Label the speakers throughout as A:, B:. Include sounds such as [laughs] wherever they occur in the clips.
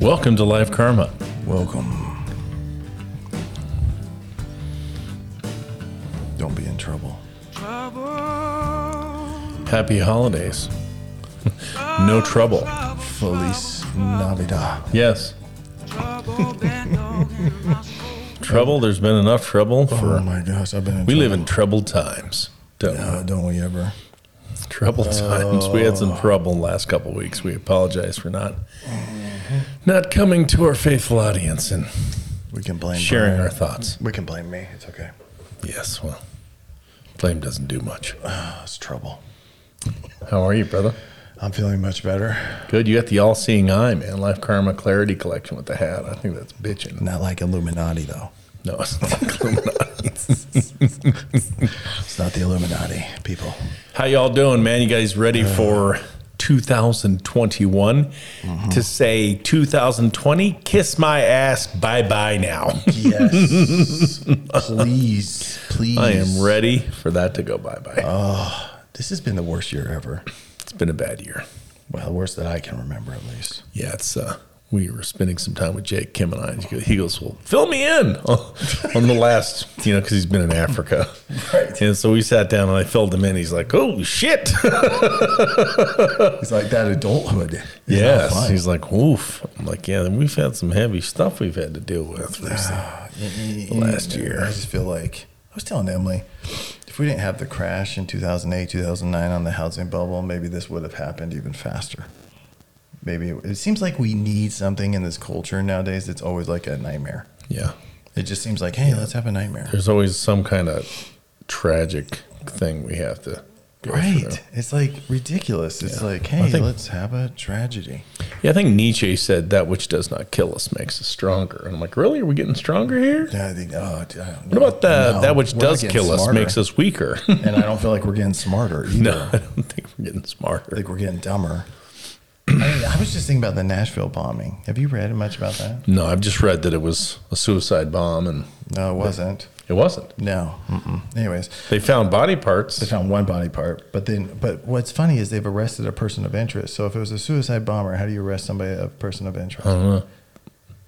A: Welcome to Life Karma.
B: Welcome. Don't be in trouble.
A: Happy holidays. no trouble.
B: Feliz Navidad.
A: Yes. trouble. There's been enough trouble
B: Oh
A: for.
B: my gosh, I've been in
A: We
B: trouble.
A: live in troubled times. Don't we?
B: Uh, don't we ever?
A: [laughs] troubled times. We had
B: Oh.
A: some trouble last couple weeks. We apologize for not not coming to our faithful audience and
B: We can blame
A: sharing
B: Brian.
A: our thoughts.
B: We can blame me. It's okay.
A: Yes. Well, blame doesn't do much.
B: Oh, it's trouble.
A: How are you, brother?
B: I'm feeling much better.
A: Good. You got the all-seeing eye, man. Life Karma Clarity Collection with the hat. I think that's bitching.
B: Not like Illuminati though.
A: No, [laughs] it's not Illuminati.
B: It's not the Illuminati people.
A: How y'all doing, man? You guys ready for 2021? To say 2020, kiss my ass, bye bye now. [laughs]
B: Yes. please, please.
A: I am ready for that to go bye bye.
B: This has been the worst year ever.
A: it's been a bad year.
B: Well, the worst that I can remember, at least.
A: Yeah, it's. uh we were spending some time with Jake Kim and I. and He goes, "Well, fill me in [laughs] on on the last, you know, because he's been in Africa."
B: Right.
A: And so we sat down and I filled him in. He's like, "Oh shit!"
B: It's like that adulthood. is not
A: Yes.
B: fun.
A: He's like, oof. I'm like, yeah, then we've had some heavy stuff we've had to deal with. recently. last year.
B: Mm-hmm. I just feel like I was telling Emily, if we didn't have the crash in 2008, 2009 on the housing bubble, maybe this would have happened even faster. Maybe it, it seems like we need something in this culture nowadays that's always like a nightmare.
A: Yeah.
B: It just seems like, hey, let's have a nightmare.
A: There's always some kind of tragic thing we have to go through.
B: Right. It's like ridiculous. It's like, hey,
A: think-
B: let's have a tragedy.
A: Yeah, I think Nietzsche said that which does not kill us makes us stronger. And I'm like, really? Are we getting stronger here?
B: Yeah, I think, oh, dude, I don't
A: What
B: know.
A: about the,
B: No,
A: that which
B: we're not
A: does
B: getting
A: kill us
B: smarter.
A: makes us weaker? [laughs]
B: and I don't feel like we're getting smarter [laughs] either.
A: no, I don't think we're getting
B: I
A: smarter.
B: think we're getting dumber. I, mean, I was just thinking about the Nashville bombing. Have you read much about that?
A: No, I've just read that it was a suicide bomb and
B: No, it wasn't.
A: it wasn't.
B: No. Mm-mm. Anyways,
A: They found body parts.
B: they found one body part, but then, but what's funny is they've arrested a person of interest. So if it was a suicide bomber, how do you arrest somebody a person of interest? I don't know.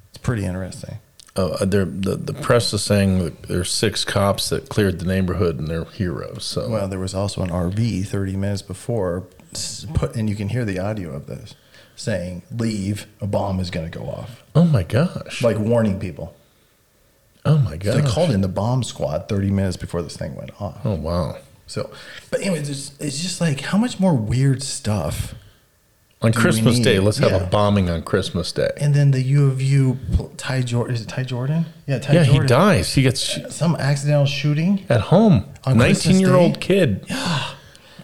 B: It's pretty interesting.
A: uh, they're, the the press is saying that there's six cops that cleared the neighborhood and they're heroes. So
B: Well, there was also an RV 30 minutes before, s- put, and you can hear the audio of this saying, "Leave, a bomb is going to go off,"
A: oh my gosh,
B: like warning people.
A: oh my
B: So
A: gosh,
B: they called in the bomb squad 30 minutes before this thing went off.
A: oh wow,
B: So, but anyways, it's, it's just like how much more weird stuff.
A: on
B: Do we
A: Christmas Day,
B: need-
A: let's have
B: yeah.
A: a bombing on Christmas Day.
B: And then the U of U pl- Ty Jordan is it Ty Jordan? Yeah, Ty
A: yeah,
B: Jordan.
A: he dies. He gets sh-
B: Some accidental shooting.
A: at home.
B: On Christmas
A: Nineteen year
B: Day?
A: old
B: [gasps]
A: kid,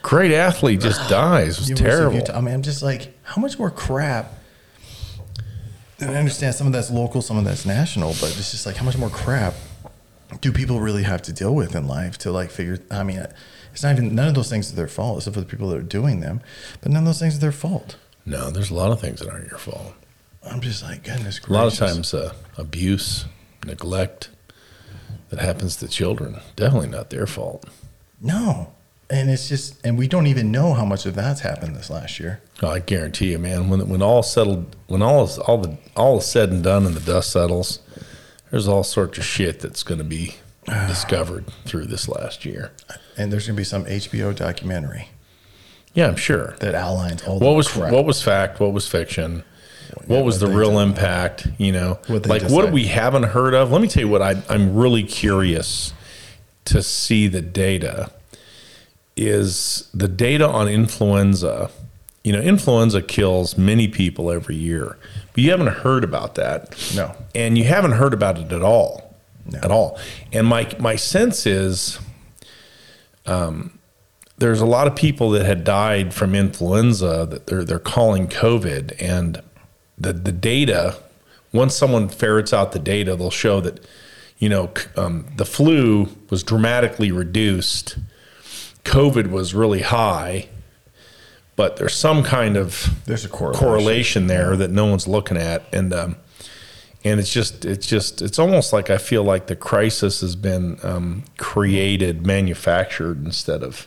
A: great athlete, just dies. It was
B: University of
A: terrible.
B: Utah. I mean, I'm just like, how much more crap? And I understand some of that's local, some of that's national, but it's just like how much more crap do people really have to deal with in life to like figure? I mean, it's not even none of those things are their fault, except for the people that are doing them. But none of those things are their fault.
A: No, there's a lot of things that aren't your fault.
B: I'm just like, goodness gracious.
A: A lot of times, uh, abuse, neglect, that happens to children. Definitely not their fault.
B: No. And it's just, and we don't even know how much of that's happened this last year.
A: Oh, I guarantee you, man. When when all settled, when all is all the all is said and done, and the dust settles, there's all sorts of shit that's going to be discovered through this last year.
B: And there's going to be some HBO documentary
A: Yeah, I'm sure.
B: that outlines all
A: What
B: the
A: was
B: crap.
A: what was fact? What was fiction? What was
B: what
A: the
B: they
A: real
B: did.
A: impact? You know,
B: What they
A: like
B: just
A: what
B: said.
A: we haven't heard of. Let me tell you what I, I'm really curious to see the data. Is the data on influenza? You know, influenza kills many people every year, but you haven't heard about that.
B: No.
A: and you haven't heard about it at all,
B: No.
A: at all. And my my sense is um, there's a lot of people that had died from influenza that they're they're calling COVID, and the the data. Once someone ferrets out the data, they'll show that you know c- um, the flu was dramatically reduced, COVID was really high, but there's some kind of
B: There's a correlation.
A: correlation there that no one's looking at, and um, and it's just it's just it's almost like I feel like the crisis has been um, created, manufactured instead of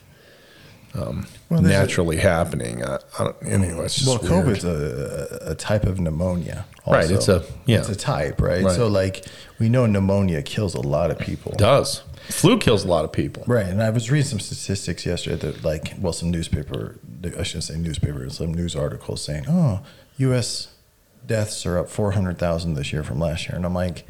A: um,
B: Well, there's a-
A: naturally happening. I, I don't, anyway, it's just
B: Well,
A: weird.
B: COVID's a, a type of pneumonia.
A: Right,
B: also.
A: it's a- yeah.
B: It's a type, right?
A: Right.
B: So like we know pneumonia kills a lot of people.
A: does. Flu kills a lot of people.
B: Right, and I was reading some statistics yesterday that, like, well, some newspaper, I shouldn't say newspaper, some news articles saying, oh, U.S. deaths are up 400,000 this year from last year. And I'm like,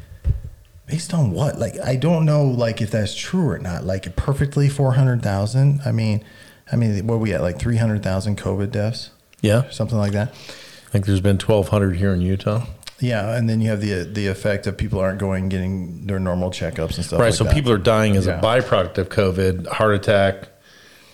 B: based on what? Like, I don't know, like, if that's true or not. Like, perfectly 400,000? I mean, I mean, what are we at, like 300,000 COVID deaths?
A: Yeah,
B: Something like that.
A: I think there's been 1,200 here in Utah.
B: Yeah, and then you have the the effect of people aren't going getting their normal checkups and stuff.
A: Right.
B: like
A: so
B: that.
A: people are dying as
B: Yeah.
A: a byproduct of COVID, heart attack,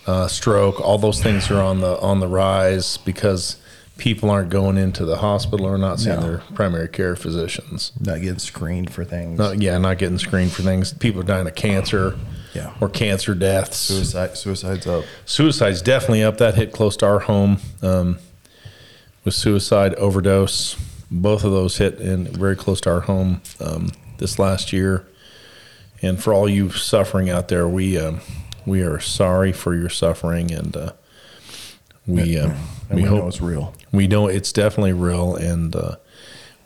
A: uh, stroke. All those things are on the on the rise because people aren't going into the hospital or not seeing
B: No.
A: their primary care physicians.
B: not getting screened for things.
A: Not, yeah, not getting screened for things. People are dying of cancer.
B: Yeah.
A: Or cancer deaths.
B: Suicide, suicides up.
A: Suicide's definitely up. That hit close to our home um, with suicide overdose. Both of those hit in very close to our home um, this last year. And for all you suffering out there, we um, we are sorry for your suffering, and uh, we um,
B: And
A: we,
B: we,
A: hope
B: know it's real.
A: we know it's definitely real, and uh,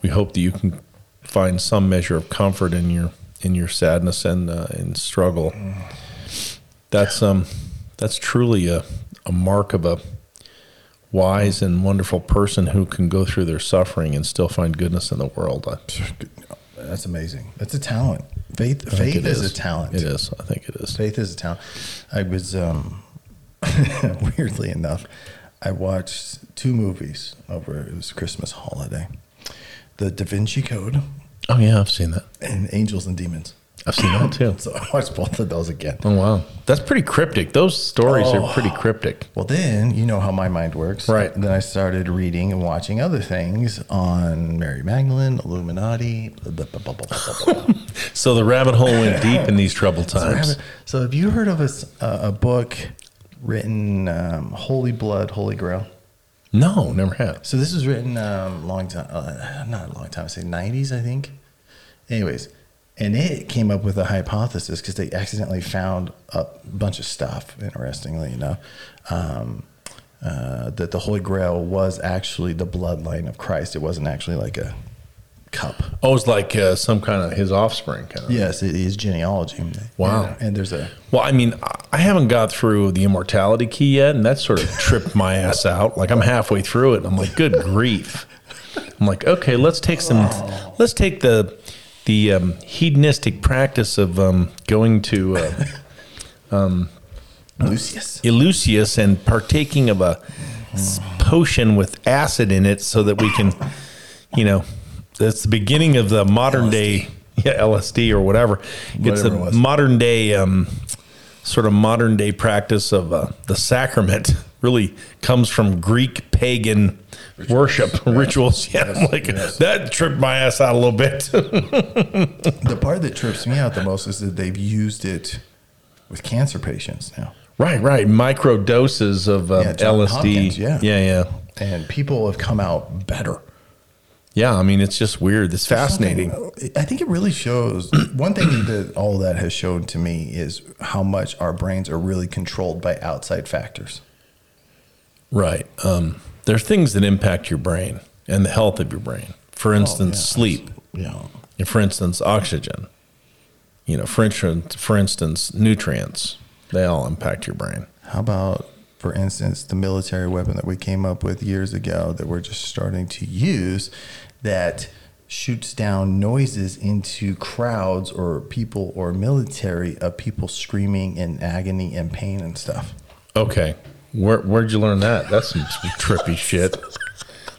A: we hope that you can find some measure of comfort in your in your sadness and uh, and struggle. That's um that's truly a, a mark of a wise and wonderful person who can go through their suffering and still find goodness in the world. I
B: That's amazing. That's a talent. Faith,
A: think
B: faith
A: it
B: is, a talent.
A: It is. I think it is.
B: Faith is a talent. I was um, [laughs] weirdly enough, I watched two movies over it was Christmas holiday, The Da Vinci Code
A: Oh yeah, I've seen that.
B: and Angels and Demons.
A: I've seen that
B: [laughs]
A: too.
B: So I watched both of those again.
A: Oh wow, that's pretty cryptic. Those stories
B: Oh.
A: are pretty cryptic.
B: Well, then you know how my mind works.
A: Right.
B: Then I started reading and watching other things on Mary Magdalene, Illuminati. Blah, blah, blah, blah, blah, blah, blah.
A: So the rabbit hole went deep in these troubled times.
B: so, have you heard of a, s- a- a book written, um, Holy Blood, Holy Grail?
A: No, never have.
B: So this was written um, long time, uh, not a long time. I say nineties, I think. Anyways, and it came up with a hypothesis because they accidentally found a bunch of stuff. Interestingly enough, um, uh, that the Holy Grail was actually the bloodline of Christ. It wasn't actually like a cup.
A: Oh, it's like uh, some kind of his offspring kind of.
B: Yes, it is genealogy.
A: Wow.
B: And, and there's a
A: Well, I mean, I- I haven't got through the immortality key yet, and that sort of tripped my [laughs] ass out. Like I'm halfway through it, and I'm like, good grief. I'm like, okay, let's take some, let's take the the um, hedonistic practice of um, going to uh,
B: Lucius.
A: Eleusis and partaking of a s- potion with acid in it, so that we can, you know, that's the beginning of the modern day yeah, LSD or whatever. it's
B: Whatever
A: a
B: it was.
A: modern day um, sort of modern day practice of uh, the sacrament. [laughs] Really comes from Greek pagan worship rituals. [laughs] Yeah, I'm like that tripped my ass out a little bit. [laughs]
B: The part that trips me out the most is that they've used it with cancer patients now.
A: right, right. Micro doses of um,
B: Yeah, John
A: LSD.
B: Hopkins, yeah.
A: yeah, yeah.
B: and people have come out better.
A: Yeah, I mean, it's just weird. It's fascinating.
B: I think it really shows [clears throat] one thing that all that has shown to me is how much our brains are really controlled by outside factors.
A: Right. Um, there are things that impact your brain and the health of your brain. For instance,
B: Oh, yeah.
A: sleep.
B: Yeah.
A: And for instance, oxygen. You know, for instance, for instance, nutrients. They all impact your brain.
B: How about, for instance, the military weapon that we came up with years ago that we're just starting to use that shoots down noises into crowds or people or military of people screaming in agony and pain and stuff.
A: Okay. Where, where'd you learn that? That's some trippy shit.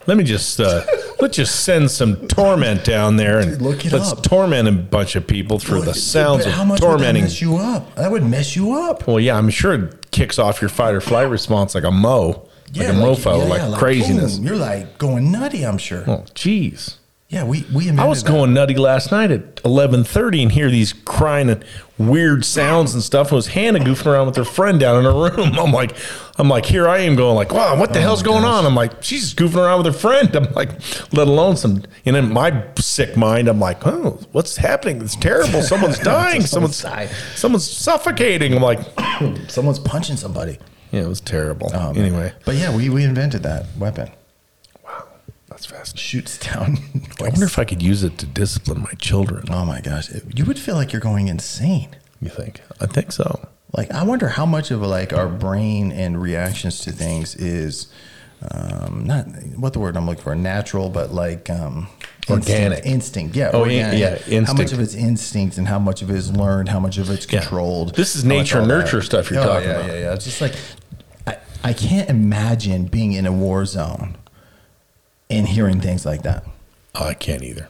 A: Let me just uh, let's just send some torment down there and
B: Look it
A: let's
B: up.
A: torment a bunch of people through the
B: But-
A: sounds
B: but
A: of
B: how much
A: tormenting
B: Would that mess you up. That would mess you up.
A: Well, yeah, I'm sure it kicks off your fight or flight response like a mo, like a mofo,
B: yeah,
A: like
B: yeah,
A: craziness.
B: boom, you're like going nutty. I'm sure.
A: oh, jeez.
B: Yeah, we we.
A: I was going nutty last night at 11:30 and hear these crying and weird sounds and stuff. And was Hannah goofing around with her friend down in her room. [laughs] I'm like, I'm like, here I am going like, wow, what the hell's going on? I'm like, she's just goofing around with her friend. [laughs] I'm like, let alone some. And in my sick mind, I'm like, oh, what's happening? It's [laughs] terrible. Someone's dying. someone's
B: Someone's dying.
A: Someone's suffocating. I'm like,
B: Someone's punching somebody.
A: Yeah, it was terrible.
B: Um,
A: anyway,
B: But yeah, we, we invented that weapon.
A: wow, that's fascinating.
B: Shoots down. [laughs]
A: I wonder if I could use it to discipline my children.
B: Oh my gosh. It- you would feel like you're going insane.
A: You think? I think so.
B: Like I wonder how much of like our brain and reactions to things is um, not what the word I'm looking for natural, but like um, instinct-
A: Organic.
B: instinct. Yeah.
A: Oh, in- yeah,
B: How much
A: instinct.
B: of it's instinct and how much of it is learned? How much of it's
A: Yeah.
B: controlled? Oh,
A: This is
B: how much
A: nature
B: all
A: nurture stuff you're
B: Oh,
A: talking
B: yeah,
A: about.
B: Yeah, yeah. It's just like I, I can't imagine being in a war zone and hearing things like that.
A: I can't either.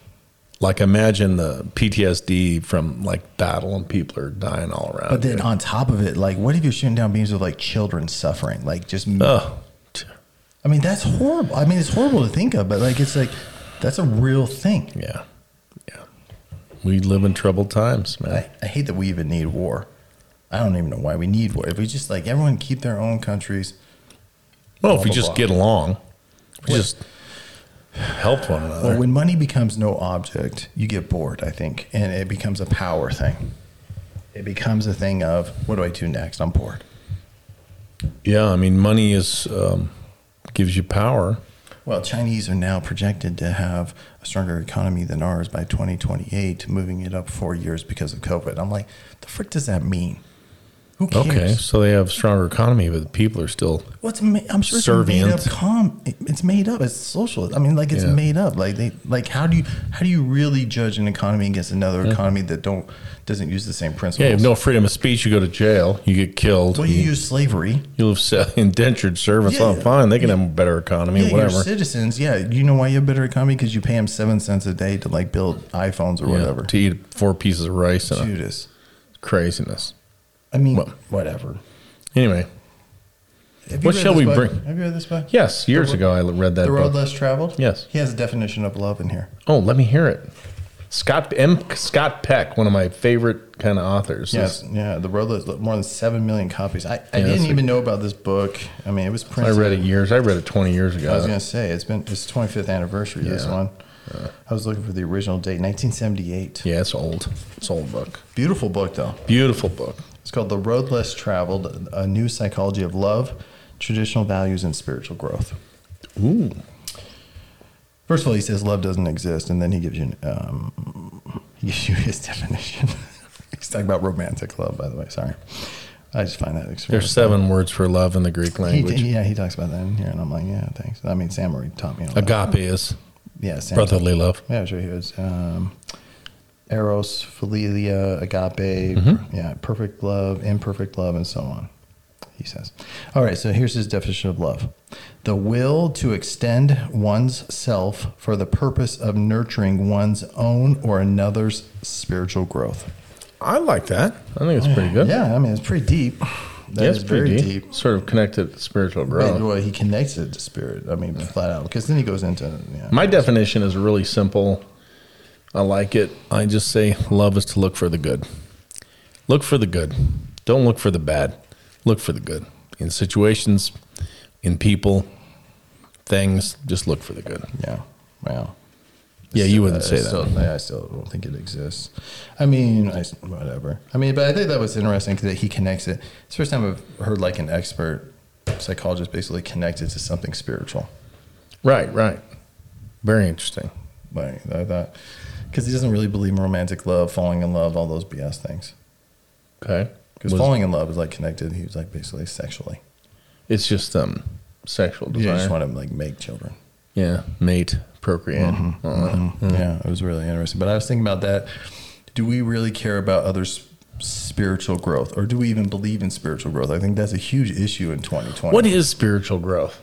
A: Like imagine the PTSD from like battle and people are dying all around.
B: But then
A: you.
B: on top of it, like, what if you're shooting down beams with like children suffering? Like, just
A: oh, t-
B: I mean, that's horrible. I mean, it's horrible to think of, but like, it's like that's a real thing.
A: yeah, yeah. We live in troubled times, man.
B: I, I hate that we even need war. I don't even know why we need war. If we just like everyone keep their own countries,
A: well, if we
B: blah,
A: just
B: blah.
A: get along, if we
B: Well-
A: just help one another.
B: well, when money becomes no object, you get bored, I think, and it becomes a power thing. It becomes a thing of what do I do next? I'm bored.
A: yeah, I mean, money is um, gives you power.
B: Well, Chinese are now projected to have a stronger economy than ours by 2028, moving it up four years because of COVID. I'm like, the frick does that mean? Who cares?
A: Okay, so they have stronger economy, but the people are still
B: What's ma- I'm sure it's made
A: Servient.
B: up. Com- it's made up. It's social. I mean, like it's
A: Yeah.
B: made up. Like they like how do you how do you really judge an economy against another economy that don't doesn't use the same
A: yeah.
B: principles?
A: You have no freedom of speech. You go to jail. You get killed.
B: Well, you use slavery.
A: You live se- [laughs] indentured servants.
B: Yeah.
A: Oh, fine. They can have a better economy,
B: Yeah, your
A: whatever.
B: citizens. Yeah, you know why you have better economy because you pay them seven cents a day to like build iPhones or
A: Yeah,
B: whatever.
A: To eat four pieces of rice and a
B: Judas.
A: craziness.
B: I mean,
A: Well-
B: whatever.
A: Anyway,
B: Have you
A: What
B: read
A: shall
B: this
A: we
B: book?
A: bring-
B: Have you read this book?
A: yes, years
B: The-
A: ago I read that
B: The
A: book.
B: road less traveled.
A: Yes.
B: He has a definition of love in here.
A: oh, let me hear it. Scott M. Scott Peck, one of my favorite kind of authors.
B: Yes,
A: is-
B: yeah, the road list more than seven million copies. I, I
A: Yeah,
B: didn't
A: that's
B: even know about this book. I mean, it was
A: I
B: printed.
A: read it years. I read it twenty years
B: I was
A: ago.
B: gonna say it's been it's 25th anniversary. This
A: Yeah.
B: one. I was looking for the original date, 1978.
A: Yeah, it's old. It's old book.
B: Beautiful book though.
A: Beautiful book.
B: It's called The Road Less Traveled: A New Psychology of Love, Traditional Values, and Spiritual Growth.
A: Ooh,
B: First of all, he says love doesn't exist, and then he gives you um, he gives you his [laughs] definition. He's talking about romantic love, by the way. Sorry, I just find that extremely.
A: there's seven words for love in the Greek
B: He,
A: language.
B: yeah, he talks about that in here, and I'm like, yeah, thanks. I mean, Sam already taught me. All that.
A: Agape is
B: Yeah, Sam.
A: brotherly love.
B: Yeah, I'm sure he was. Um, Eros, Philia, Agape,
A: Mm-hmm.
B: yeah, perfect love, imperfect love, and so on. He says. All right, so here's his definition of love the will to extend one's self for the purpose of nurturing one's own or another's spiritual growth.
A: I like that. I think it's pretty good.
B: Yeah, I mean, it's pretty deep. That
A: Yeah,
B: is
A: it's pretty
B: very
A: deep. Sort of connected to spiritual growth.
B: Right, well, he connects it to spirit. I mean, flat out, because then he goes into yeah.
A: My definition is really simple. I like it. I just say love is to look for the good. Look for the good. Don't look for the bad. Look for the good. In situations, in people, things, just look for the good.
B: yeah, wow.
A: Yeah, you wouldn't
B: I
A: say
B: still-
A: that.
B: I still don't think it exists. I mean, I, whatever. I mean, but I think that was interesting that he connects it. It's the first time I've heard like an expert psychologist basically connect it to something spiritual.
A: Right, right. Very interesting.
B: Like I thought, because he doesn't really believe in romantic love, falling in love, all those BS things.
A: Okay.
B: Because
A: Was-
B: falling in love is like connected. He was like basically sexually.
A: it's just um sexual
B: You
A: desire.
B: just want to like make children.
A: yeah, mate, Uh, procreate.
B: Mm-hmm.
A: all that.
B: Yeah, it was really interesting. But I was thinking about that. Do we really care about others? spiritual growth or do we even believe in spiritual growth i think that's a huge issue in 2020
A: What is spiritual growth?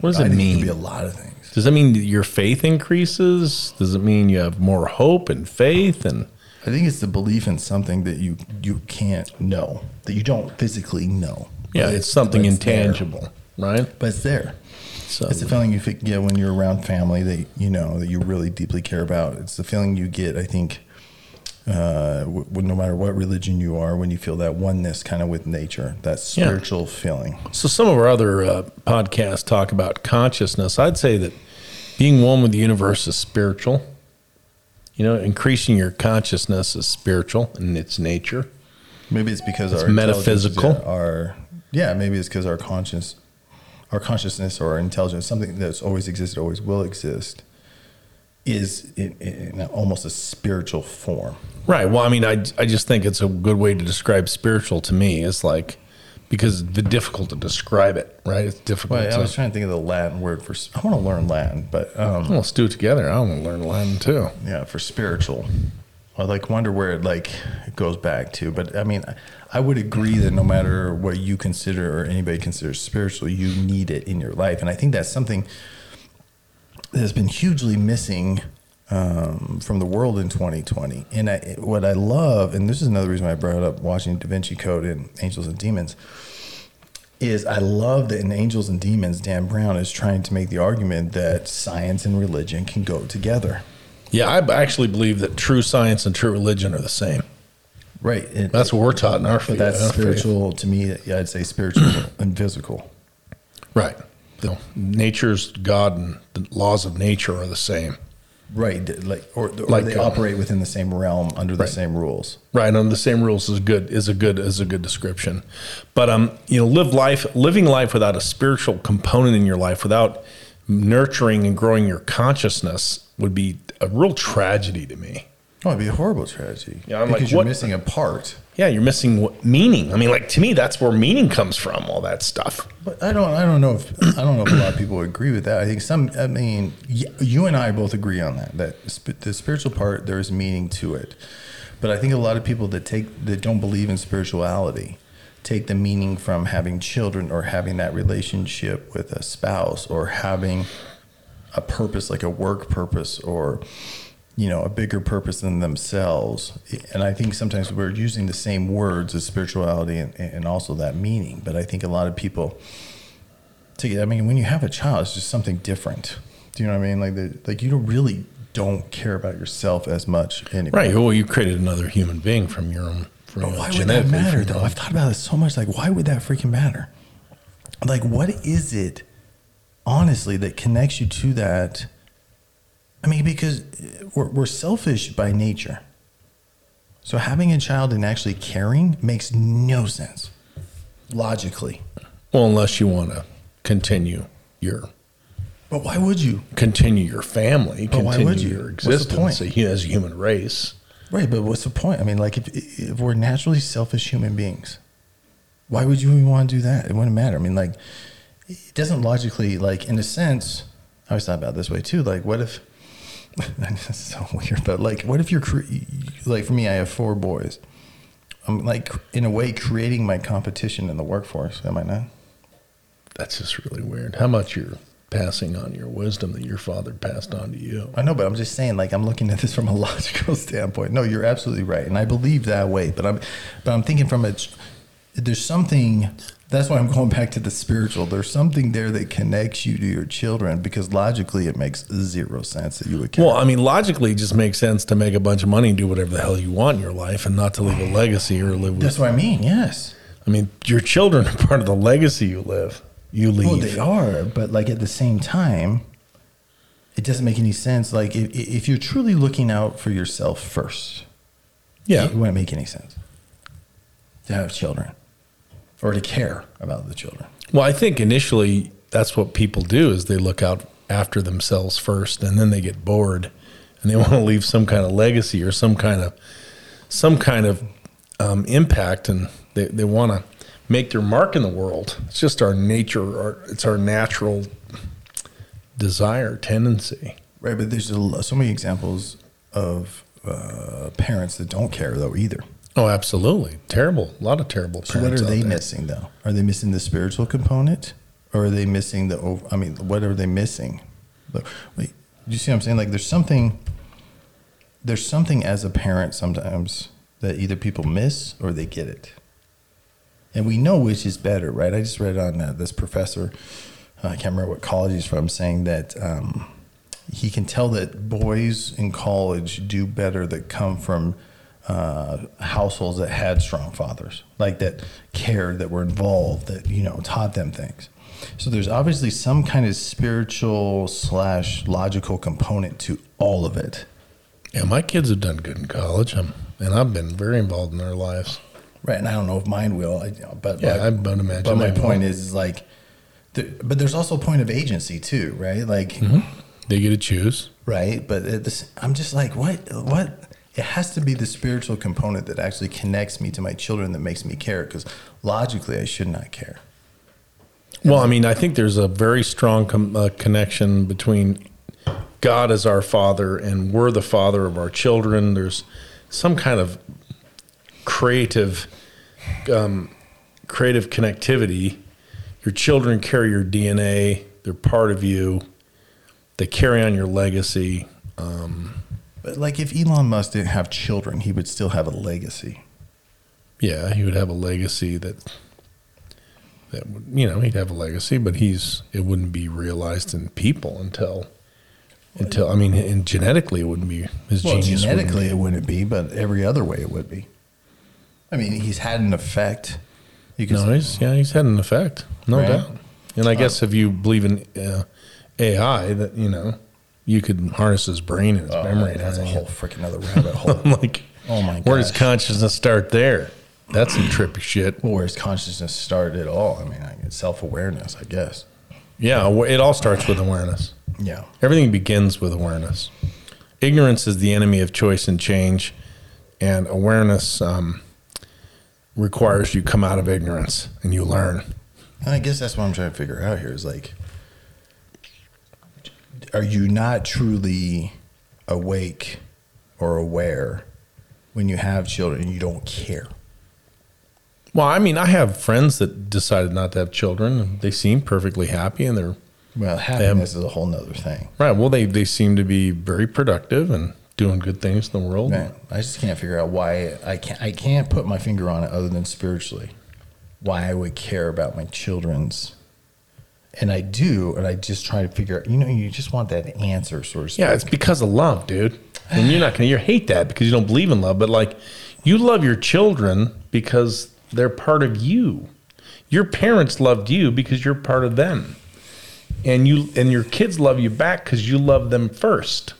A: What does
B: I
A: it
B: think
A: mean?
B: could be a lot of things.
A: Does that mean that your faith increases? Does it mean you have more hope and faith? And
B: I think it's the belief in something that you you can't know that you don't physically know.
A: yeah,
B: But
A: it's something
B: but there.
A: intangible, right?
B: but it's there.
A: So
B: It's the feeling you fe- get when you're around family that you know that you really deeply care about. It's the feeling you get. I think, uh, w- w- no matter what religion you are, when you feel that oneness kind of with nature, that
A: Yeah.
B: spiritual feeling.
A: So some of our other uh, podcasts talk about consciousness. I'd say that being one with the universe is spiritual. You know, increasing your consciousness is spiritual in its nature.
B: Maybe it's because our
A: metaphysical.
B: intelligence, yeah, our yeah, maybe it's because our conscience, our consciousness or our intelligence, something that's always existed, always will exist, is in, in almost a spiritual form.
A: Right. Well, I mean, I, I just think it's a good way to describe spiritual to me. It's like, because it's difficult to describe it, right? It's difficult
B: Well, I
A: to.
B: was trying to think of the Latin word for. s- I want to learn Latin, but um,
A: Well, let's do it together. I want to learn Latin too.
B: yeah, for spiritual, I like wonder where it like goes back to. But I mean, I would agree that no matter what you consider or anybody considers spiritual, you need it in your life, and I think that's something that has been hugely missing um, from the world in 2020. And I, what I love, and this is another reason why I brought up watching Da Vinci Code and Angels and Demons, is I love that in Angels and Demons, Dan Brown is trying to make the argument that science and religion can go together.
A: Yeah, I b- actually believe that true science and true religion are the same.
B: Right. It,
A: That's what we're taught in our
B: but
A: faith.
B: that's
A: in our faith.
B: spiritual to me. yeah, I'd say spiritual [coughs] and physical.
A: Right. The, nature's God and the laws of nature are the same.
B: Right. Like, or, or
A: Like,
B: they
A: uh,
B: operate within the same realm under the
A: right.
B: same rules.
A: Right, under the same rules is good is a good is a good description, but um, you know, live life living life without a spiritual component in your life, without nurturing and growing your consciousness, would be a real tragedy to me.
B: Oh, it'd be a horrible tragedy.
A: Yeah, I'm like,
B: because you're
A: what-
B: missing a part.
A: Yeah, you're missing what, meaning. I mean, like to me, that's where meaning comes from. All that stuff.
B: But I don't. I don't know if I don't know if a lot of people agree with that. I think some. I mean, y- you and I both agree on that. That sp- the spiritual part there is meaning to it. But I think a lot of people that take that don't believe in spirituality take the meaning from having children or having that relationship with a spouse or having a purpose like a work purpose or you know a bigger purpose than themselves and i think sometimes we're using the same words as spirituality and, and also that meaning but i think a lot of people take it i mean when you have a child it's just something different do you know what i mean like the, like you don't really don't care about yourself as much anyway
A: Right. Well, you created another human being from your own. From
B: but
A: your-
B: why would that
A: genetically
B: matter
A: from your
B: though?
A: own-
B: I've thought about this so much. Like, why would that freaking matter? Like, what is it, honestly, that connects you to that? I mean, because uh, we're, we're selfish by nature. So having a child and actually caring makes no sense logically.
A: Well, unless you want to continue your
B: But why would you?
A: continue your family,
B: But
A: continue
B: why would you?
A: your
B: What's the
A: existence
B: point?
A: as a human race.
B: Right, but what's the point? I mean, like, if, if we're naturally selfish human beings, why would you even want to do that? It wouldn't matter. I mean, like, it doesn't logically, like, in a sense, I always thought about it this way too. Like, what if, [laughs] this is so weird, but like, what if you're, cre- like, for me, I have four boys. I'm like, in a way, creating my competition in the workforce, am I not?
A: That's just really weird. How much you're passing on your wisdom that your father passed on to you.
B: I know, but I'm just saying, like, I'm looking at this from a [laughs] logical standpoint. No, you're absolutely right, and I believe that way. But I'm, but I'm thinking from a, there's something. That's why I'm going back to the spiritual. There's something there that connects you to your children because logically it makes zero sense that you would care.
A: Well, I mean, logically, it just makes sense to make a bunch of money and do whatever the hell you want in your life and not to leave a legacy or live with.
B: that's what I mean. Yes.
A: I mean, your children are part of the legacy you live. You leave.
B: Well, they are, but like at the same time, it doesn't make any sense. Like if, if you're truly looking out for yourself first,
A: yeah.
B: it wouldn't make any sense to have children or to care about the children.
A: Well, I think initially that's what people do is they look out after themselves first and then they get bored and they [laughs] want to leave some kind of legacy or some kind of some kind of um, impact and they, they want to make their mark in the world. It's just our nature, our, it's our natural desire, tendency.
B: Right, but there's a lo- so many examples of uh, parents that don't care though either.
A: Oh, absolutely. Terrible. A lot of terrible
B: So what
A: parents.
B: are
A: out
B: they
A: there.
B: missing though? Are they missing the spiritual component, or are they missing the? Over, I mean, what are they missing? Look, Wait, do you see what I'm saying? Like, there's something. There's something as a parent sometimes that either people miss or they get it, and we know which is better, right? I just read on uh, this professor, uh, I can't remember what college he's from, saying that. Um, he can tell that boys in college do better that come from uh, households that had strong fathers, like that cared, that were involved, that you know taught them things. So there's obviously some kind of spiritual slash logical component to all of it.
A: um, Yeah, my kids have done good in college. i and I've been very involved in their lives.
B: Right, and I don't know if mine will, I- you know, but
A: Yeah,
B: but-
A: I don't imagine
B: But my
A: they will.
B: point is, is like, th- but there's also a point of agency too, right? Like,
A: Mm-hmm. They get to choose.
B: right? But at this, I'm just like, what, what? It has to be the spiritual component that actually connects me to my children that makes me care, because logically, I should not care.
A: Well, I mean, I think there's a very strong com- uh, connection between God as our father and we're the father of our children. There's some kind of creative, um, creative connectivity. Your children carry your DNA. They're part of you. They carry on your legacy.
B: But like, if Elon Musk didn't have children, he would still have a legacy.
A: Yeah, he would have a legacy that that would, you know he'd have a legacy, but he's it wouldn't be realized in people until until I mean, and genetically it wouldn't be his
B: Well,
A: genius. wouldn't
B: genetically, it wouldn't be, but every other way, it would be. I mean, he's had an effect. You
A: be.
B: could
A: no, he's yeah, he's had an effect, no
B: Right. Uh,
A: doubt. And I guess if you believe in uh, AI, that you know you could harness his brain and his
B: Oh,
A: memory. and
B: That's a whole
A: [laughs] everything.
B: freaking other
A: [laughs]
B: rabbit hole.
A: like,
B: Oh my
A: where does
B: gosh.
A: consciousness start there? That's some trippy shit.
B: well, where's consciousness start at all? I mean, I it's self awareness, I guess.
A: Yeah, it all starts with awareness.
B: Yeah.
A: Everything begins with awareness. Ignorance is the enemy of choice and change, and awareness um, requires you come out of ignorance and you learn.
B: And I guess that's what I'm trying to figure out here is like, are you not truly awake or aware when you have children and you don't care?
A: Well, I mean, I have friends that decided not to have children. and They seem perfectly happy, and they're
B: Well, happiness is a whole nother thing.
A: right. Well, they they seem to be very productive and doing good things in the world.
B: Man, I just can't figure out why I can't. I can't put my finger on it other than spiritually. Why I would care about my children's, and I do, and I just try to figure out. You know, you just want that answer, sort of.
A: Yeah, it's because of love, dude. And you're not gonna you hate that because you don't believe in love, but like you love your children because they're part of you. Your parents loved you because you're part of them. And you and your kids love you back because you love them first.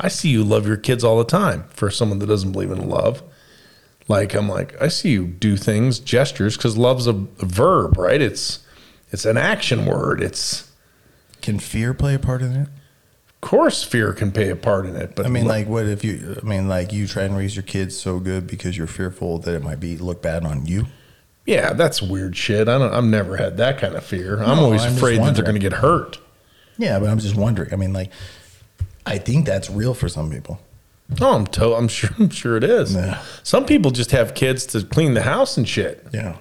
A: I see you love your kids all the time for someone that doesn't believe in love. Like I'm like, I see you do things, gestures, because love's a, a verb, right? It's it's an action word. It's
B: Can fear play a part in it?
A: of course fear can play a part in it, but
B: I mean,
A: lo-
B: like, what if you? I mean, like, you try and raise your kids so good because you're fearful that it might be look bad on you.
A: Yeah, that's weird shit. I don't. I've never had that kind of fear. I'm
B: No,
A: always
B: I'm just
A: afraid that they're
B: wondering.
A: going to get hurt.
B: Yeah, but I'm just wondering. I mean, like, I think that's real for some people.
A: Oh, I'm to- I'm sure. I'm sure it is.
B: Yeah.
A: Some people just have kids to clean the house and shit,
B: Yeah,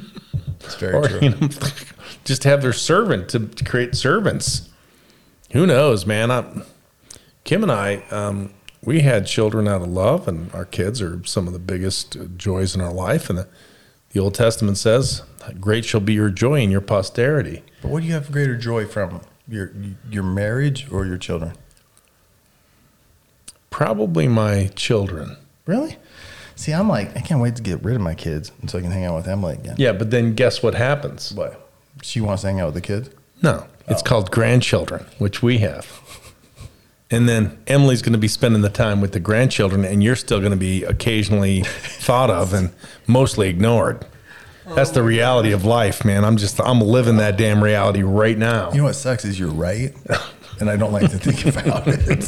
B: [laughs] it's very
A: or
B: true.
A: you know, [laughs] just have their servant to, to create servants. Who knows, man? I, Kim and I, um, we had children out of love, and our kids are some of the biggest joys in our life. And the, the Old Testament says, "Great shall be your joy and your posterity."
B: But what do you have greater joy from your your marriage or your children?
A: Probably my children.
B: Really? See, I'm like, I can't wait to get rid of my kids so I can hang out with Emily again.
A: Yeah, but then guess what happens?
B: What? Oh. She wants to hang out with the kids.
A: No, it's called grandchildren, which we
B: [laughs]
A: have. And then Emily's going to be spending the time with the grandchildren, and you're still going to be
B: [laughs]
A: occasionally thought of and mostly ignored. That's
B: Oh.
A: the reality of life, man. I'm just, I'm living that damn reality right now.
B: You know what sucks is
A: [laughs]
B: you're right, and I don't like to think about it.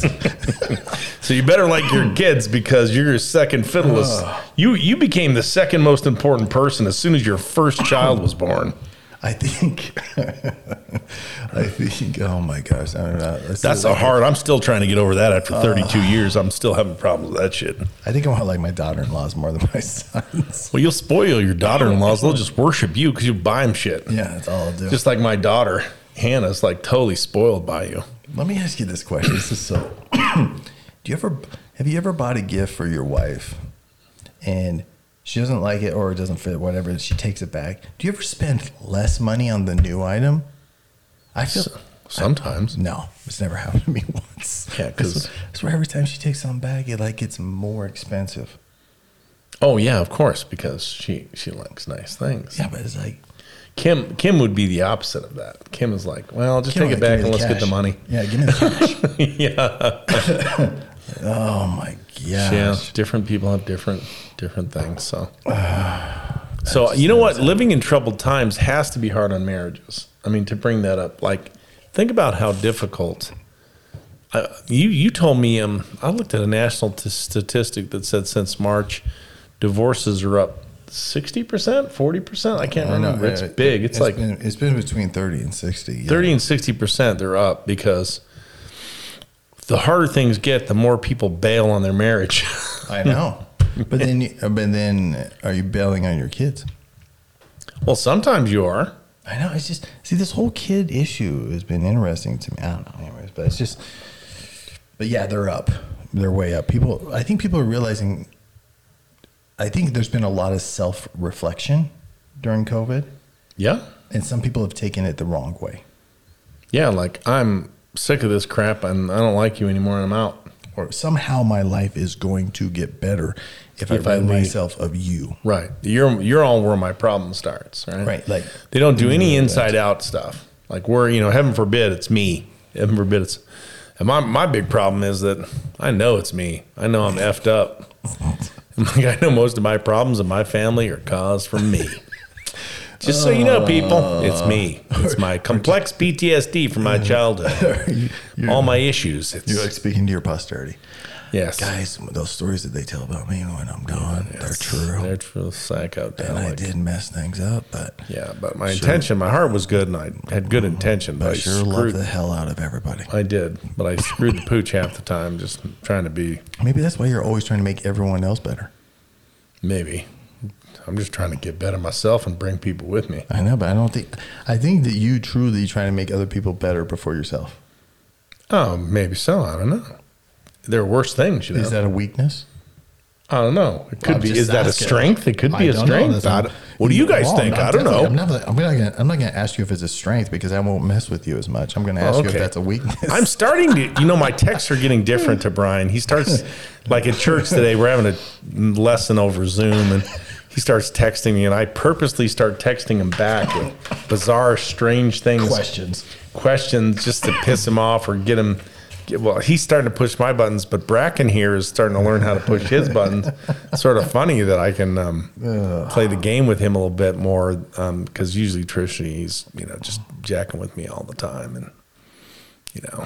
A: So you better like
B: [clears throat]
A: your kids because you're your second fiddle. is- You, you became the second most important person as soon as your first child was born.
B: I think, [laughs] I think. Oh my gosh, I don't know. Let's
A: That's
B: see.
A: a hard, I'm still trying to get over that after 32 years. I'm still having problems with that shit.
B: I think I want to like my daughter-in-laws more than my [laughs] sons.
A: Well, you'll spoil your daughter in laws. They'll just worship you because you buy them shit.
B: Yeah, that's all I'll do.
A: Just like my daughter, Hannah's like totally spoiled by you.
B: Let me ask you this question. This is so. [coughs] do you ever have you ever bought a gift for your wife, and she doesn't like it or it doesn't fit, whatever, and she takes it back? Do you ever spend less money on the new item? I feel
A: So- sometimes.
B: no. It's never [laughs] happened to me once.
A: Yeah, 'cause-
B: I swear every time she takes something back, it like gets more expensive.
A: Oh yeah, of course, because she she likes nice things.
B: Yeah, but it's like
A: Kim Kim would be the opposite of that. Kim is like, well, just
B: Kim,
A: take
B: like,
A: it back [laughs] and
B: give me
A: let's
B: the
A: get the
B: cash.
A: money.
B: Yeah, give me the cash.
A: yeah.
B: [laughs] Oh my gosh.
A: Yeah, different people have different different things.
B: [sighs]
A: So, so you know what? Living in troubled times has to be hard on marriages. I mean, to bring that up, like, think about how difficult. Uh, you you told me um I looked at a national t- statistic that said since March, divorces are up sixty percent, forty percent. I can't
B: I know,
A: remember. It's
B: yeah,
A: big. It's, like
B: been, it's been between thirty and sixty. yeah.
A: 30 and 60% they're up because the harder things get the more people bail on their marriage [laughs]
B: I know. [laughs] But then, you, uh, but then, are you bailing on your kids?
A: well sometimes you are
B: I know. It's just see this whole kid issue has been interesting to me. I don't know, anyways. But it's just, but yeah, they're up. They're way up. People, I think people are realizing. I think there's been a lot of self reflection during COVID,
A: yeah
B: and some people have taken it the wrong way.
A: yeah like i'm sick of this crap and i don't like you anymore and i'm out
B: Or somehow my life is going to get better if,
A: If I
B: I rid
A: really-
B: myself of you.
A: right you're you're all where my problem starts right
B: Right, like-
A: they don't do any inside out stuff like we're you know heaven forbid it's me heaven forbid it's and my, my big problem is that i know it's me i know i'm effed up [laughs] like i know most of my problems in my family are caused from me [laughs] just so you know people it's me it's my complex ptsd from my childhood
B: [laughs] You're-
A: all my issues it's,
B: You're like speaking to your posterity.
A: yes
B: Guys, those stories that they tell about me when I'm gone, they're true.
A: they're true psycho
B: and I did mess things up, but
A: Yeah, but my intention, my heart was good, and I had good intention. But,
B: Oh, I
A: I
B: sure love
A: screwed.
B: the hell out of everybody.
A: I did, but I screwed the pooch half the time, just trying to be
B: Maybe that's why you're always trying to make everyone else better.
A: maybe. I'm just trying to get better myself and bring people with me.
B: I know, but I don't think I think that you truly try to make other people better before yourself.
A: Oh, maybe so. I don't know. There are worse things, you know.
B: Is that a weakness?
A: I don't know. It could
B: I'm
A: be.
B: just
A: Is that a
B: asking.
A: strength? It could be
B: I
A: a
B: don't know.
A: strength.
B: That's-
A: I don't- what do you guys
B: Well,
A: think?
B: I'm
A: I don't
B: definitely- I'm
A: know.
B: not, I'm not gonna. I'm not gonna ask you if it's a strength because I won't mess with you as much. I'm gonna ask you if
A: Oh, okay.
B: that's
A: [laughs]
B: a weakness.
A: I'm starting to, you know, my texts are getting different to Brian. He starts, like at church today, we're having a lesson over Zoom, and he starts texting me, and I purposely start texting him back with bizarre, strange things,
B: questions.
A: questions, just to piss him off or get him. Get, well, he's starting to push my buttons, but Bracken here is starting to learn how to push his buttons. It's sort of funny that I can um, play the game with him a little bit more because usually Trish, he's you know just jacking with me all the time and you know,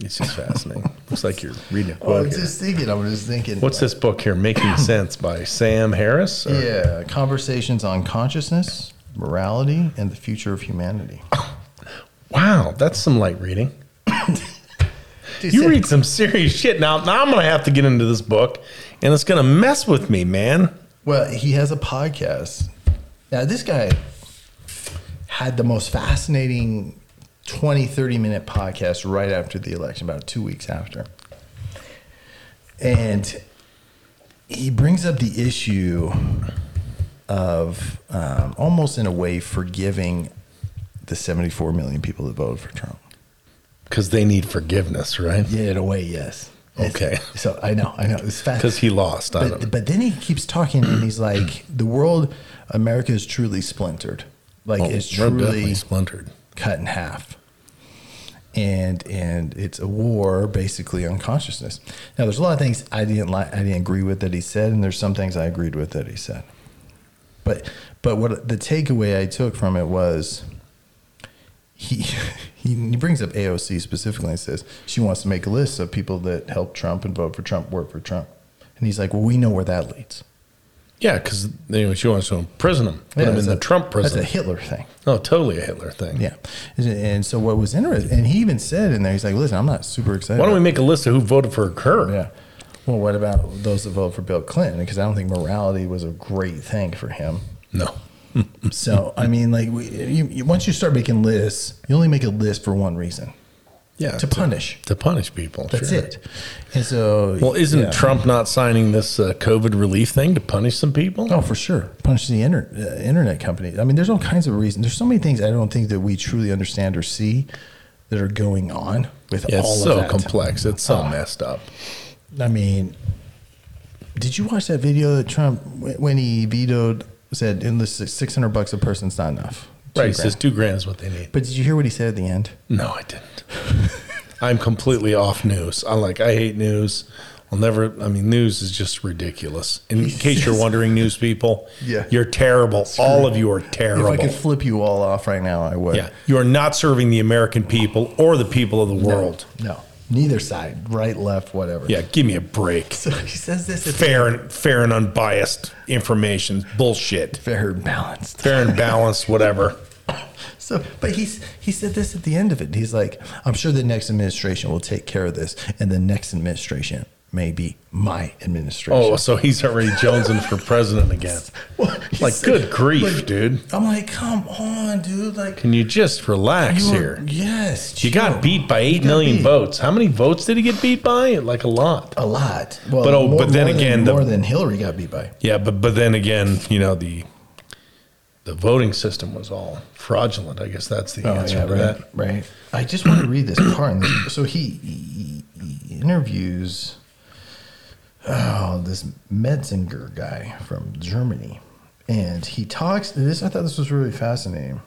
A: it's just fascinating. Looks like you're reading a
B: Well,
A: book.
B: I'm
A: here.
B: Oh, just thinking. I'm just thinking.
A: What's this book here?
B: [coughs]
A: Making Sense by Sam Harris? Or-
B: Yeah, conversations on consciousness, morality, and the future of humanity.
A: Wow, that's some light reading.
B: Dude,
A: You
B: Sam-
A: read some serious shit. Now, now I'm going to have to get into this book, and it's going to mess with me, man.
B: Well, he has a podcast. Now, this guy had the most fascinating 20, 30 minute podcast right after the election, about two weeks after. And he brings up the issue of um, almost in a way forgiving the 74 million people that voted for Trump.
A: Because they need forgiveness, right?
B: Yeah, in a way, yes. It's-
A: Okay.
B: [laughs] So I know, I know. It's fascinating.
A: Because he lost. I
B: But,
A: don't
B: but then he keeps talking and
A: [clears throat]
B: he's like, the world, America is truly splintered. Like
A: Oh,
B: it's
A: we're definitely
B: truly
A: splintered.
B: cut in half. And and it's a war basically on consciousness. Now there's a lot of things I didn't like I didn't agree with that he said, and there's some things I agreed with that he said. But but what the takeaway I took from it was he [laughs] he, he brings up AOC specifically and says she wants to make a list of people that helped Trump and vote for Trump, work for Trump. And he's like, Well, we know where that leads.
A: Yeah, because anyway, she wants to imprison him, put him in
B: that's
A: the
B: a-
A: Trump prison.
B: That's a Hitler thing.
A: oh, totally a Hitler thing.
B: Yeah. And- And so what was interesting, and he even said in there, he's like, listen, I'm not super excited.
A: Why don't we make a list of who voted for her?
B: Yeah. Well, what about those that voted for Bill Clinton? Because I don't think morality was a great thing for him.
A: No.
B: So, I mean, like, we, you, you, once you start making lists, you only make a list for one reason
A: Yeah.
B: to punish.
A: to punish people.
B: That's
A: sure.
B: it. And so,
A: Well, isn't
B: yeah.
A: Trump not signing this uh, COVID relief thing to punish some people?
B: Oh, for sure. Punish the inter- uh, internet company. I mean, there's all kinds of reasons. There's so many things I don't think that we truly understand or see that are going on with
A: Yeah,
B: all
A: it's
B: of
A: so
B: that. Oh,
A: complex. It's so messed up.
B: I mean, did you watch that video that Trump, wh- when he vetoed, said in the si- 600 bucks a person's not enough? Two
A: Right, he
B: grand.
A: says two grand is what they need.
B: But did you hear what he said at the end? [laughs]
A: No, I didn't. I'm completely off news. I like I hate news. I'll never. I mean, news is just ridiculous.
B: [laughs]
A: In case you're wondering, news people,
B: Yeah.
A: you're terrible. All of you are terrible.
B: If I could flip you all off right now, I would.
A: yeah, you are not serving the American people or the people of the world.
B: No, neither side, right, left, whatever.
A: Yeah, give me a break.
B: So he says this at
A: Fair and fair and unbiased information. Bullshit.
B: fair and balanced.
A: Fair and balanced. Whatever.
B: So, but he's he said this at the end of it. He's like, I'm sure the next administration will take care of this, and the next administration may be my administration.
A: Oh, so he's already jonesing for president again.
B: [laughs] What? He
A: Oh, Like,
B: said-
A: good grief, dude.
B: I'm like, come on, dude. Like,
A: Can you just relax
B: you are-
A: here?
B: Yes,
A: You
B: chill.
A: got beat by eight million
B: beat.
A: votes. How many votes did he get beat by? Like a lot.
B: a lot. Well,
A: But, oh, but then
B: than-
A: again, the-
B: more than Hillary got beat by.
A: Yeah, but but then again, you know the the voting system was all fraudulent. Oh, I guess that's the answer to
B: Oh, right,
A: that.
B: right. I just want to read this part. So he, he, he interviews oh, this Metzinger guy from Germany, and he talks. This I thought this was really fascinating.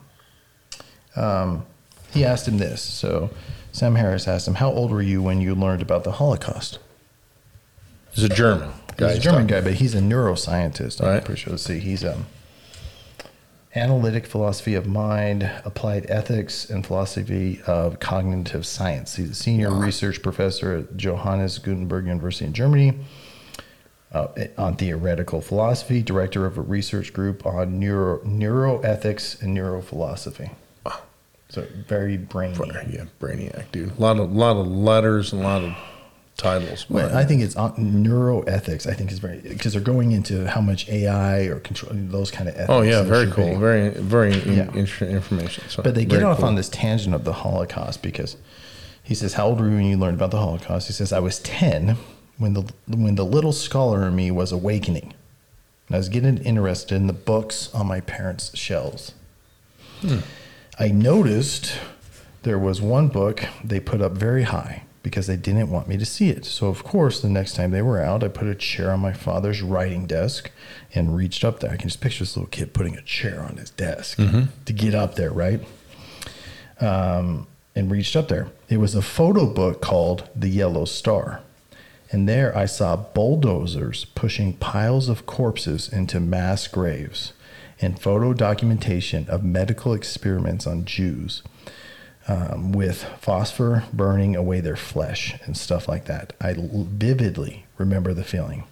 B: Um, he asked him this. So Sam Harris asked him, "How old were you when you learned about the Holocaust?"
A: He's a German guy.
B: he's a German guy, but he's a neuroscientist. I'm
A: Right.
B: pretty sure. Let's see, he's um, analytic philosophy of mind, applied ethics, and philosophy of cognitive science. He's a senior research professor at Johannes Gutenberg University in Germany uh, on theoretical philosophy, director of a research group on neuro neuroethics and neurophilosophy.
A: Wow.
B: So very brainy.
A: Yeah, brainiac dude. A lot of lot of letters and a lot of titles.
B: Well, I think it's on, neuroethics. I think is very because they're going into how much AI or control those kind of ethics.
A: oh yeah,
B: there
A: very
B: should
A: cool.
B: be.
A: Very very in-
B: Yeah.
A: interesting information. So
B: But they get
A: very
B: off
A: cool.
B: on this tangent of the Holocaust because he says, "How old were you when you learned about the Holocaust?" He says, "I was ten when the when the little scholar in me was awakening, and I was getting interested in the books on my parents' shelves. I noticed there was one book they put up very high." Because they didn't want me to see it. So, of course, the next time they were out, I put a chair on my father's writing desk and reached up there. I can just picture this little kid putting a chair on his desk to get up there, right? um, and reached up there. It was a photo book called The Yellow Star. And there I saw bulldozers pushing piles of corpses into mass graves and photo documentation of medical experiments on Jews um, with phosphor burning away their flesh and stuff like that. I l- vividly remember the feeling.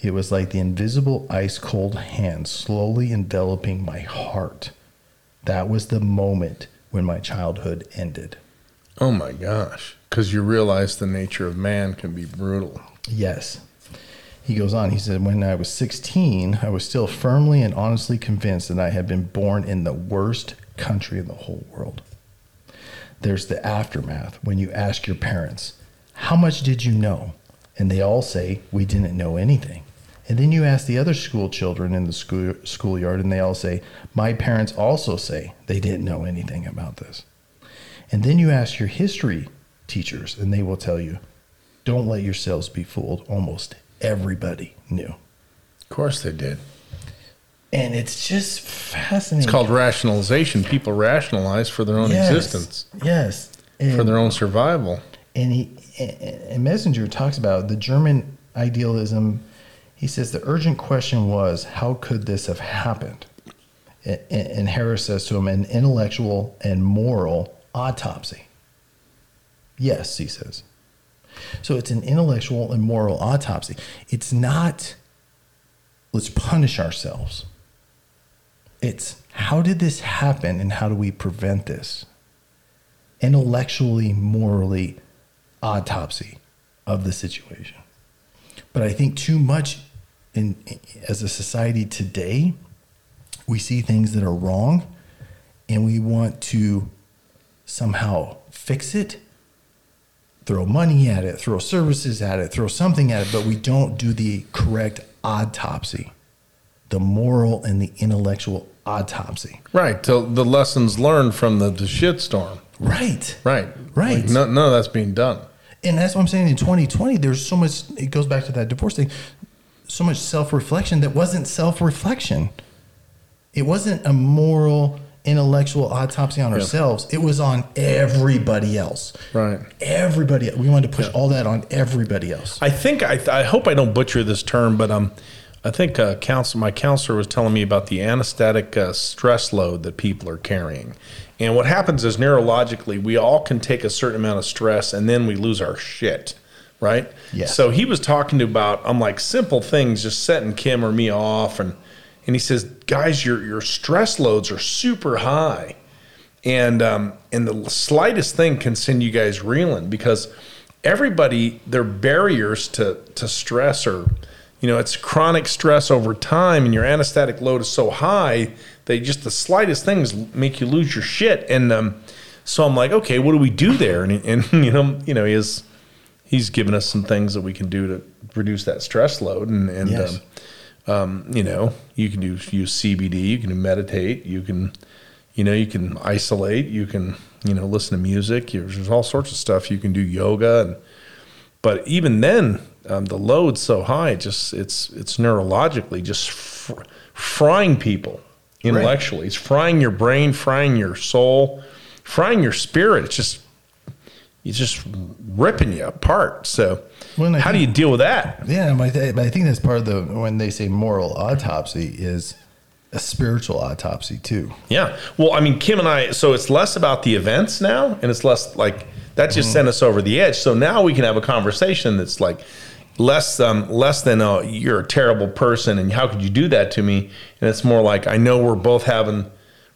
B: It was like the invisible ice cold hand slowly enveloping my heart. That was the moment when my childhood ended.
A: Oh my gosh, because you realize the nature of man can be brutal.
B: Yes. He goes on, he said, When I was 16, I was still firmly and honestly convinced that I had been born in the worst country in the whole world. There's the aftermath when you ask your parents, How much did you know? And they all say, We didn't know anything. And then you ask the other school children in the school, schoolyard, and they all say, My parents also say they didn't know anything about this. And then you ask your history teachers, and they will tell you, don't let yourselves be fooled. Almost everybody knew.
A: Of course they did.
B: And it's just fascinating.
A: It's called rationalization. People rationalize for their own
B: Yes,
A: existence,
B: Yes. And,
A: for their own survival.
B: and he and Messenger talks about the German idealism. He says the urgent question was, how could this have happened? And, and Harris says to him, an intellectual and moral autopsy. Yes, he says. So it's an intellectual and moral autopsy. It's not let's punish ourselves. It's how did this happen and how do we prevent this? Intellectually, morally, autopsy of the situation. But I think too much in, as a society today, we see things that are wrong and we want to somehow fix it throw money at it, throw services at it, throw something at it, but we don't do the correct autopsy, the moral and the intellectual autopsy.
A: Right. Till the lessons learned from the, the shitstorm.
B: Right.
A: Right.
B: Right.
A: Like, no, none of that's being done.
B: And that's what I'm saying in 2020, there's so much, it goes back to that divorce thing, so much self reflection that wasn't self reflection. It wasn't a moral intellectual autopsy on ourselves. It was on everybody else.
A: Right.
B: Everybody. We wanted to push all that on everybody else.
A: I think I, I hope I don't butcher this term, but um, I think uh, counsel, my counselor was telling me about the anesthetic uh, stress load that people are carrying, and what happens is neurologically we all can take a certain amount of stress, and then we lose our shit, right?
B: Yeah.
A: So he was talking to about I'm like simple things, just setting Kim or me off, and and he says, guys, your your stress loads are super high and um, and the slightest thing can send you guys reeling because everybody their barriers to to stress are you know it's chronic stress over time and your anesthetic load is so high that just the slightest things make you lose your shit and um, so I'm like okay what do we do there and, and [laughs] you know you know he is he's given us some things that we can do to reduce that stress load and and
B: Yes.
A: um, um, you know, you can do use CBD, you can meditate, you can, you know, you can isolate, you can, you know, listen to music. There's there's all sorts of stuff you can do yoga, and but even then, um, the load's so high, it just it's it's neurologically just fr- frying people intellectually. It's frying your brain, frying your soul, frying your spirit. It's just it's just ripping you apart. So,
B: Well, and I
A: how do you deal with that?
B: Yeah, but I, th- but I think that's part of the when they say moral autopsy is a spiritual autopsy too.
A: Yeah. Well, I mean, Kim and I, so it's less about the events now, and it's less like that just sent us over the edge. So now we can have a conversation that's like less um, less than oh, you're a terrible person, and how could you do that to me? And it's more like I know we're both having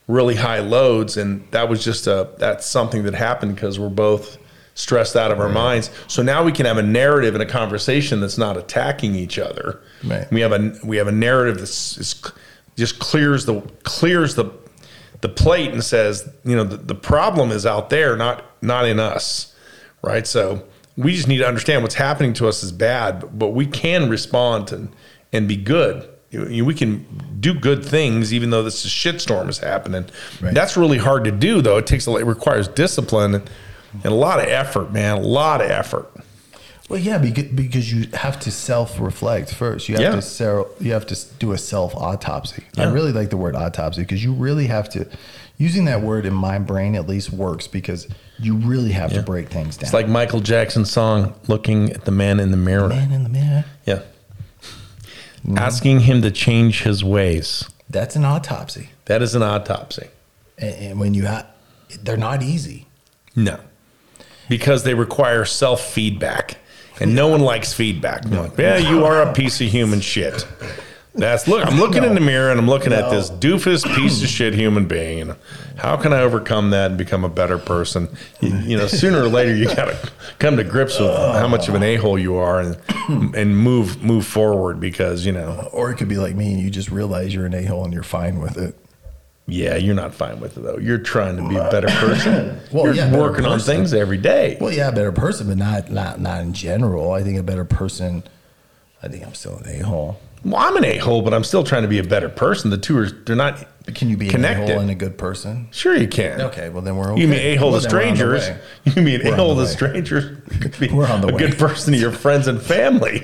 A: really high loads, and that was just a that's something that happened because we're both stressed out of our minds. So now we can have a narrative and a conversation that's not attacking each other.
B: Right.
A: We have a we have a narrative that's is, just clears the clears the the plate and says, you know, the, the problem is out there, not not in us, right? So we just need to understand what's happening to us is bad, but, but we can respond and and be good. You- you- We can do good things, even though this shitstorm is happening.
B: Right.
A: That's really hard to do, though. It takes a, lot- it requires discipline and, and a lot of effort, man. A lot of effort.
B: Well, yeah, becau- because you have to self-reflect first. You have
A: Yeah.
B: to ser- you have to s- do a self-autopsy.
A: Yeah.
B: I really like the word autopsy because you really have to. Using that word in my brain at least works because you really have to break things down.
A: It's like Michael Jackson's song, "Looking at the Man in the Mirror."
B: man in the mirror.
A: Yeah. Asking him to change his ways.
B: That's an autopsy,
A: That is an autopsy.
B: and, and when you ha- they're not easy.
A: No. Because they require self feedback. And no one likes feedback. They're like, yeah, you are a piece of human shit. That's look, I'm looking in the mirror and I'm looking at this doofus piece of shit human being. And how can I overcome that and become a better person? You, you know, sooner or later you gotta come to grips with how much of an a hole you are and and move move forward because, you know,
B: Or it could be like me, and you just realize you're an a-hole and you're fine with it.
A: yeah, you're not fine with it though. You're trying to be a better person.
B: Well,
A: you're
B: [laughs] yeah, better
A: working on
B: person.
A: things every day.
B: Well, yeah, a better person, but not not not in general. I think a better person. I think I'm still an a-hole.
A: Well, I'm an a hole, but I'm still trying to be a better person. The two are they're not.
B: But can you be an
A: Connected.
B: a-hole and a good person?
A: Sure, you can.
B: Okay, well then we're okay.
A: You can be an a hole
B: Well,
A: to
B: then we're on the
A: strangers.
B: way.
A: You can be an a
B: We're on
A: hole
B: the
A: to
B: way.
A: strangers. You could be
B: We're on the
A: a
B: way.
A: good person to your friends and
B: [laughs]
A: family.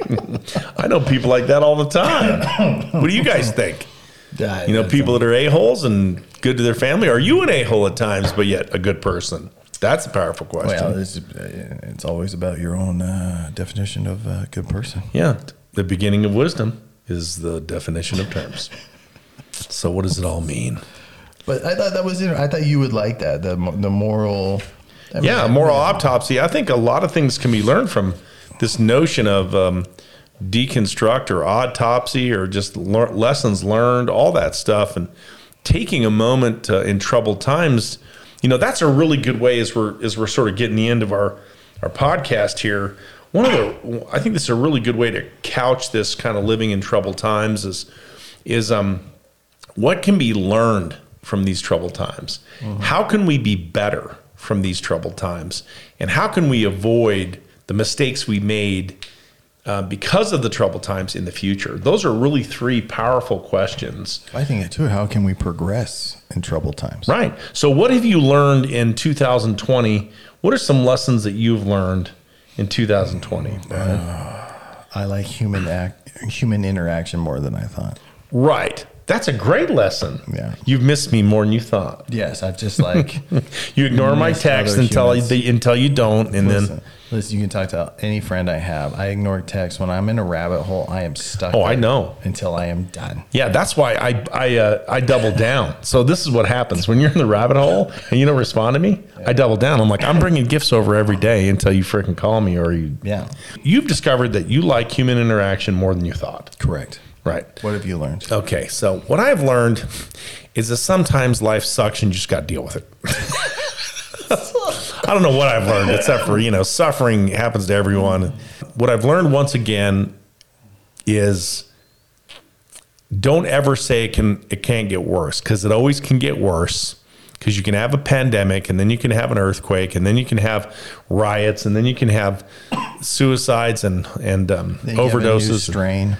A: I know people like that all the time. what do you guys think?
B: That-
A: You know,
B: that's
A: people that are a holes and good to their family. Are you an a hole at times, but yet a good person? That's a powerful
B: a-
A: question.
B: Well, it's, it's always about your own uh, definition of a good person.
A: yeah, the beginning of wisdom is the definition of terms. so, what does it all mean?
B: But I thought that was inter- I thought you would like that the mo- the moral. I mean,
A: Yeah, moral autopsy. I think a lot of things can be learned from this notion of um, deconstruct or autopsy or just lear- lessons learned, all that stuff, and taking a moment uh, in troubled times. You know, that's a really good way as we're as we're sort of getting the end of our our podcast here. One of the I think this is a really good way to couch this kind of living in troubled times is is um what can be learned from these troubled times?
B: Mm-hmm.
A: How can we be better from these troubled times? And how can we avoid the mistakes we made uh, because of the troubled times in the future? Those are really three powerful questions.
B: I think it too. How can we progress in troubled times?
A: Right. So, what have you learned in 2020? What are some lessons that you've learned in 2020?
B: Mm-hmm. I like human act, human interaction more than I thought.
A: Right. That's a great lesson.
B: Yeah.
A: You've missed me more than you thought.
B: Yes, I've just [laughs] like
A: You ignore my
B: Missed
A: text
B: other
A: until I,
B: humans.
A: the, until you don't, and
B: listen,
A: then
B: listen. You can talk to any friend I have. I ignore text when I'm in a rabbit hole. I am stuck.
A: Oh, I
B: there
A: know.
B: until I am done.
A: yeah, that's why I I uh, I double down. So this is what happens when you're in the rabbit hole and you don't respond to me. I double down. I'm like I'm bringing gifts over every day until you freaking call me or you.
B: Yeah,
A: You've discovered that you like human interaction more than you thought,
B: correct.
A: right?
B: What have you learned?
A: Okay, so what I've learned is that sometimes life sucks and you just got to deal with it. [laughs] I don't know what I've learned, except for, you know, suffering happens to everyone. What I've learned once again is don't ever say it can it can't get worse because it always can get worse because you can have a pandemic and then you can have an earthquake and then you can have riots and then you can have suicides and and um,
B: Then you have a new
A: overdoses
B: strain,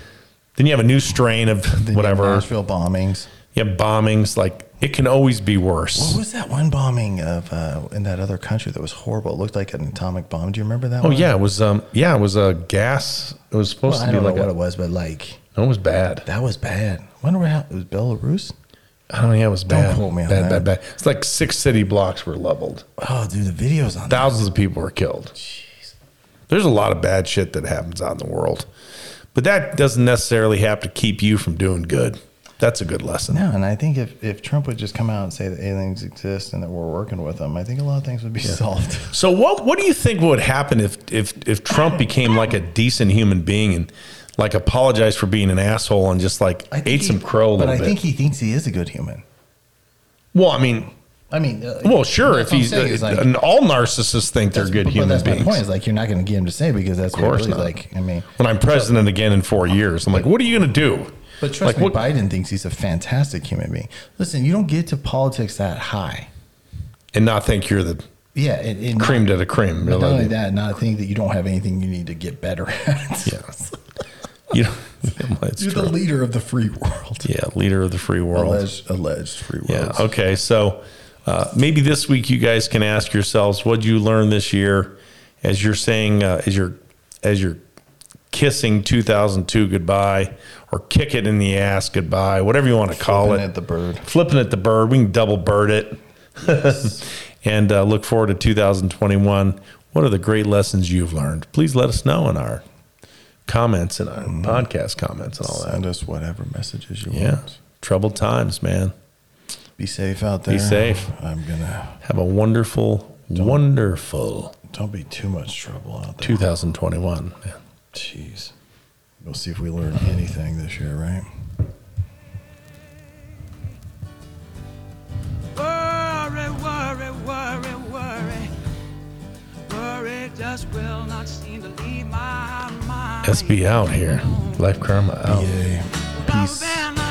A: then you have a new strain of
B: then you have
A: whatever
B: Nashville bombings.
A: you have bombings. Like it can always be worse.
B: What was that one bombing of uh, in that other country that was horrible? It looked like an atomic bomb. Do you remember that?
A: Oh
B: one?
A: yeah, it was. Um, yeah, it was a gas. It was supposed
B: Well, I
A: to
B: don't
A: be
B: know
A: like
B: what
A: a,
B: it was, but like
A: no, it was bad.
B: that was bad. Wonder how it was Belarus.
A: I don't know. Oh, Yeah, it was bad.
B: quote me on
A: bad,
B: that.
A: bad, bad. It's like six city blocks were leveled.
B: Oh, dude, the videos on that.
A: Thousands of people were killed. There's a lot of bad shit that happens out in the world, but that doesn't necessarily have to keep you from doing good. That's a good lesson.
B: No, and I think if, if Trump would just come out and say that aliens exist and that we're working with them, I think a lot of things would be solved.
A: So what what do you think would happen if if if Trump became like a decent human being and like apologized for being an asshole and just like
B: I think
A: ate
B: he-
A: some crow a little
B: But I
A: bit?
B: think he thinks he is a good human.
A: well, I mean,
B: I mean, uh,
A: well, sure. If
B: that's what I'm
A: he's
B: saying,
A: uh,
B: is like-
A: and all narcissists think they're
B: that's-
A: good
B: but
A: human
B: that's
A: beings.
B: my point. Is like you're not going to get him to say because that's what
A: course
B: really
A: not.
B: like. I mean,
A: When I'm president again in four years, I'm like, what are you going to do?
B: but trust
A: like,
B: me,
A: what-
B: Biden thinks he's a fantastic human being. Listen, you don't get to politics that high.
A: and not think you're the
B: Yeah, and, and not-
A: cream to the cream.
B: But not only
A: Really.
B: that, not think that you don't have anything you need to get better at. [laughs]
A: Yeah, you know, [laughs] it's
B: You're
A: true.
B: the leader of the free world.
A: yeah, leader of the free world.
B: Alleged, alleged free world.
A: Yeah. Okay. So uh, maybe this week you guys can ask yourselves, what would you learn this year? As you're saying, uh, as you're as you're kissing 2002 goodbye, or kick it in the ass goodbye, whatever you want to call
B: Flipping
A: it.
B: at the bird.
A: Flipping at the bird. We can double bird it. [laughs] and uh, look forward to 2021. What are the great lessons you've learned? Please let us know in our comments and our podcast comments and all that.
B: Send us whatever messages you
A: Yeah.
B: want.
A: Troubled times, man.
B: Be safe out there.
A: safe.
B: I'm gonna.
A: Have a wonderful, wonderful
B: Don't be too much trouble out there.
A: 2021. man.
B: Jeez. We'll see if we learn anything this year, right?
C: Worry, worry, worry, worry. Worry just will not seem to leave my mind.
A: SB out here. Life Karma out.
B: Yay.
C: Love
B: Peace.
C: and